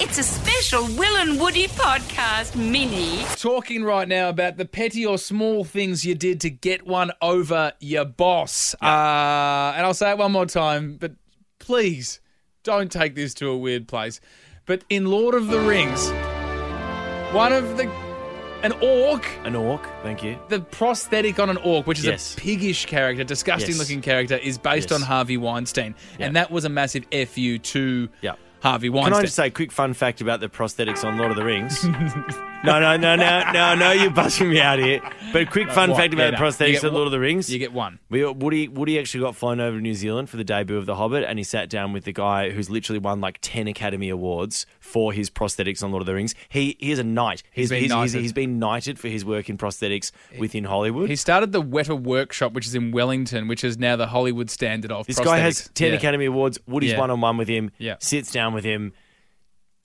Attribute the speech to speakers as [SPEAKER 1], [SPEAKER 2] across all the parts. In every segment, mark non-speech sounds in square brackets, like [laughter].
[SPEAKER 1] It's a special Will and Woody podcast mini.
[SPEAKER 2] Talking right now about the petty or small things you did to get one over your boss. Uh, and I'll say it one more time, but please don't take this to a weird place. But in Lord of the Rings, one of the. An orc,
[SPEAKER 3] An orc, thank you.
[SPEAKER 2] the prosthetic on an orc, which is
[SPEAKER 3] Yes.
[SPEAKER 2] a piggish character, disgusting
[SPEAKER 3] Yes.
[SPEAKER 2] looking character, is based
[SPEAKER 3] Yes.
[SPEAKER 2] on Harvey Weinstein. And
[SPEAKER 3] Yeah.
[SPEAKER 2] that was a massive FU to
[SPEAKER 3] Yeah.
[SPEAKER 2] Harvey Weinstein.
[SPEAKER 3] Can I just say a quick fun fact about the prosthetics on Lord of the Rings? [laughs] no, no, no, no, no, no, you're busting me out here. But a quick fun
[SPEAKER 2] what?
[SPEAKER 3] fact about
[SPEAKER 2] Yeah,
[SPEAKER 3] the
[SPEAKER 2] no. You
[SPEAKER 3] prosthetics
[SPEAKER 2] get
[SPEAKER 3] at
[SPEAKER 2] one-
[SPEAKER 3] Lord of the Rings.
[SPEAKER 2] you get one.
[SPEAKER 3] We, Woody, Woody actually got flown over to New Zealand for the debut of The Hobbit, and he sat down with the guy who's literally won like 10 Academy Awards for his prosthetics on Lord of the Rings. He, he is a knight. He's,
[SPEAKER 2] been
[SPEAKER 3] he's, he's,
[SPEAKER 2] knighted.
[SPEAKER 3] he's been knighted for his work in prosthetics within Hollywood.
[SPEAKER 2] He started the Weta Workshop, which is in Wellington, which is now the Hollywood standard of
[SPEAKER 3] This guy has
[SPEAKER 2] prosthetics.
[SPEAKER 3] 10
[SPEAKER 2] Yeah.
[SPEAKER 3] Academy Awards. Woody's
[SPEAKER 2] Yeah.
[SPEAKER 3] one on one with him,
[SPEAKER 2] Yeah.
[SPEAKER 3] sits down with him,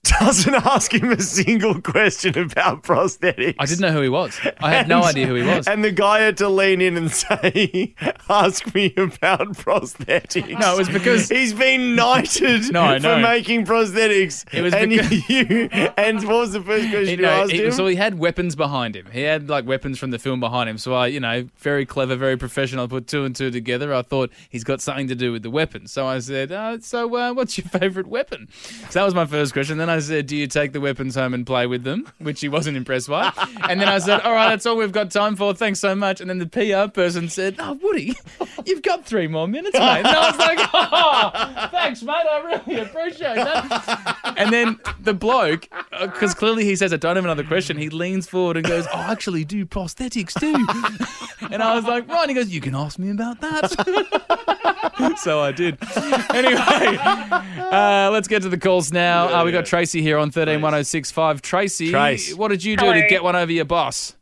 [SPEAKER 3] [laughs] doesn't ask him a single question about prosthetics.
[SPEAKER 2] I didn't know who he was. I had no
[SPEAKER 3] And-
[SPEAKER 2] idea who he was.
[SPEAKER 3] And the guy had to lean in and [laughs] say, Ask me about prosthetics.
[SPEAKER 2] No, it was because-
[SPEAKER 3] he's been knighted
[SPEAKER 2] No, I
[SPEAKER 3] for
[SPEAKER 2] know.
[SPEAKER 3] making prosthetics.
[SPEAKER 2] It was
[SPEAKER 3] and
[SPEAKER 2] because-
[SPEAKER 3] [laughs] you, And what was the first question
[SPEAKER 2] You
[SPEAKER 3] you,
[SPEAKER 2] know, [laughs]
[SPEAKER 3] asked
[SPEAKER 2] he,
[SPEAKER 3] him?
[SPEAKER 2] so he had weapons behind him. He had like weapons from the film behind him. So I, you know, very clever, very professional. I put two and two together. I thought he's got something to do with the weapon. So I said, uh, "So, uh, what's your [laughs] favourite weapon?" So that was my first question. Then I said, "Do you take the weapons home and play with them?" [laughs] Which he wasn't impressed by. And then I said, "All right, that's all we've got time for. Thanks so much." And then the PR person said, "Oh, Woody, you've got three more minutes, mate." And I was like, [laughs] "Oh, thanks, mate. I really appreciate that." And then the bloke, because clearly he says, I don't have another question, he leans forward and goes, I actually do prosthetics too. [laughs] and I was like, right. He goes, You can ask me about that. [laughs] so I did. Anyway, uh, let's get to the calls now. uh, we got Tracy here on 131065. Tracy,
[SPEAKER 3] Trace.
[SPEAKER 2] what did you do to
[SPEAKER 4] Hello.
[SPEAKER 2] get one over your boss?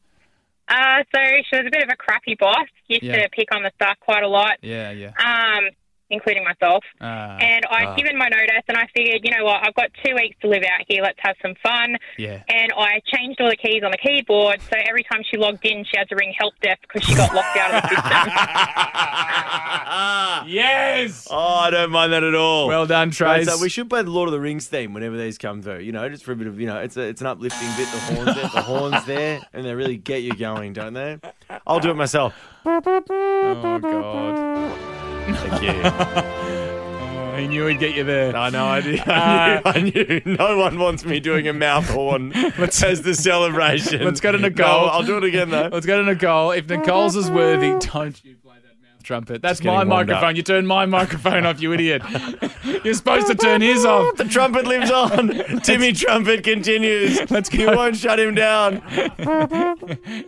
[SPEAKER 4] Uh, so she was a bit of a crappy boss. Used
[SPEAKER 2] Yeah.
[SPEAKER 4] to pick on the staff quite a lot,
[SPEAKER 2] Yeah, yeah.
[SPEAKER 4] um, including myself.
[SPEAKER 2] Uh,
[SPEAKER 4] and I'd given my notice, and I figured, you know what, I've got two weeks to live out here. Let's have some fun.
[SPEAKER 2] yeah.
[SPEAKER 4] And I changed all the keys on the keyboard, so every time she logged in, she had to ring help desk because she got locked out of the
[SPEAKER 2] [laughs]
[SPEAKER 4] system.
[SPEAKER 2] Yes!
[SPEAKER 3] [laughs] Oh, I don't mind that at all.
[SPEAKER 2] Well done,
[SPEAKER 3] Right,
[SPEAKER 2] Trace.
[SPEAKER 3] so we should play the Lord of the Rings theme whenever these come through. You know, just for a bit of you know, it's a, it's an uplifting bit. The horns, there, the [laughs] horns there, and they really get you going, don't they? I'll do it myself.
[SPEAKER 2] oh, God.
[SPEAKER 3] Thank you.
[SPEAKER 2] Oh, he knew he'd get you there.
[SPEAKER 3] I know, I knew, I knew, I knew. No one wants me doing a mouth [laughs] horn as the celebration.
[SPEAKER 2] Let's go to
[SPEAKER 3] No,
[SPEAKER 2] Nicole.
[SPEAKER 3] I'll do it again though.
[SPEAKER 2] Let's go to Nicole. If Nicole's is worthy, don't you play that mouth trumpet. That's
[SPEAKER 3] getting
[SPEAKER 2] my
[SPEAKER 3] warmed
[SPEAKER 2] microphone.
[SPEAKER 3] up.
[SPEAKER 2] You turned my microphone off, you idiot. [laughs] You're supposed to turn his off.
[SPEAKER 3] The trumpet [laughs] lives on. Timmy Trumpet continues.
[SPEAKER 2] Let's
[SPEAKER 3] You
[SPEAKER 2] go.
[SPEAKER 3] won't shut him down.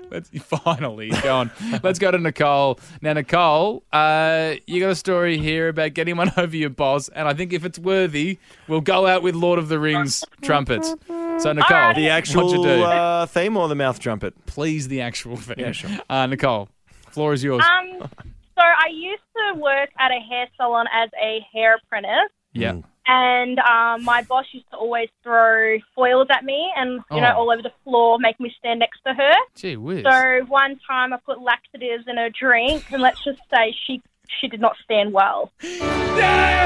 [SPEAKER 2] Let's, [laughs] finally, he's gone. Let's go to Nicole. Now, Nicole, uh, you got a story here about getting one [laughs] over your boss, and I think if it's worthy, we'll go out with Lord of the Rings trumpets. So, Nicole,
[SPEAKER 3] The
[SPEAKER 2] what you
[SPEAKER 3] actual
[SPEAKER 2] do?
[SPEAKER 3] uh, theme or the mouth trumpet?
[SPEAKER 2] Please, the actual thing.
[SPEAKER 3] Yeah, sure.
[SPEAKER 2] uh, Nicole, floor is yours.
[SPEAKER 5] Um, so I used to work at a hair salon as a hair apprentice,
[SPEAKER 2] yeah.
[SPEAKER 5] and um, my boss used to always throw foils at me, and you know,
[SPEAKER 2] Oh.
[SPEAKER 5] all over the floor, make me stand next to her.
[SPEAKER 2] Gee whiz.
[SPEAKER 5] So one time, I put laxatives in her drink, and let's just say she she did not stand well.
[SPEAKER 2] Yes!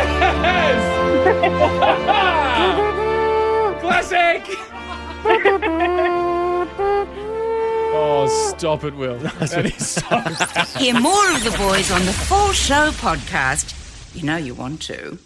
[SPEAKER 2] Classic! oh, stop it, Will. That is so
[SPEAKER 1] Hear more of the boys on the Full Show podcast. You know you want to.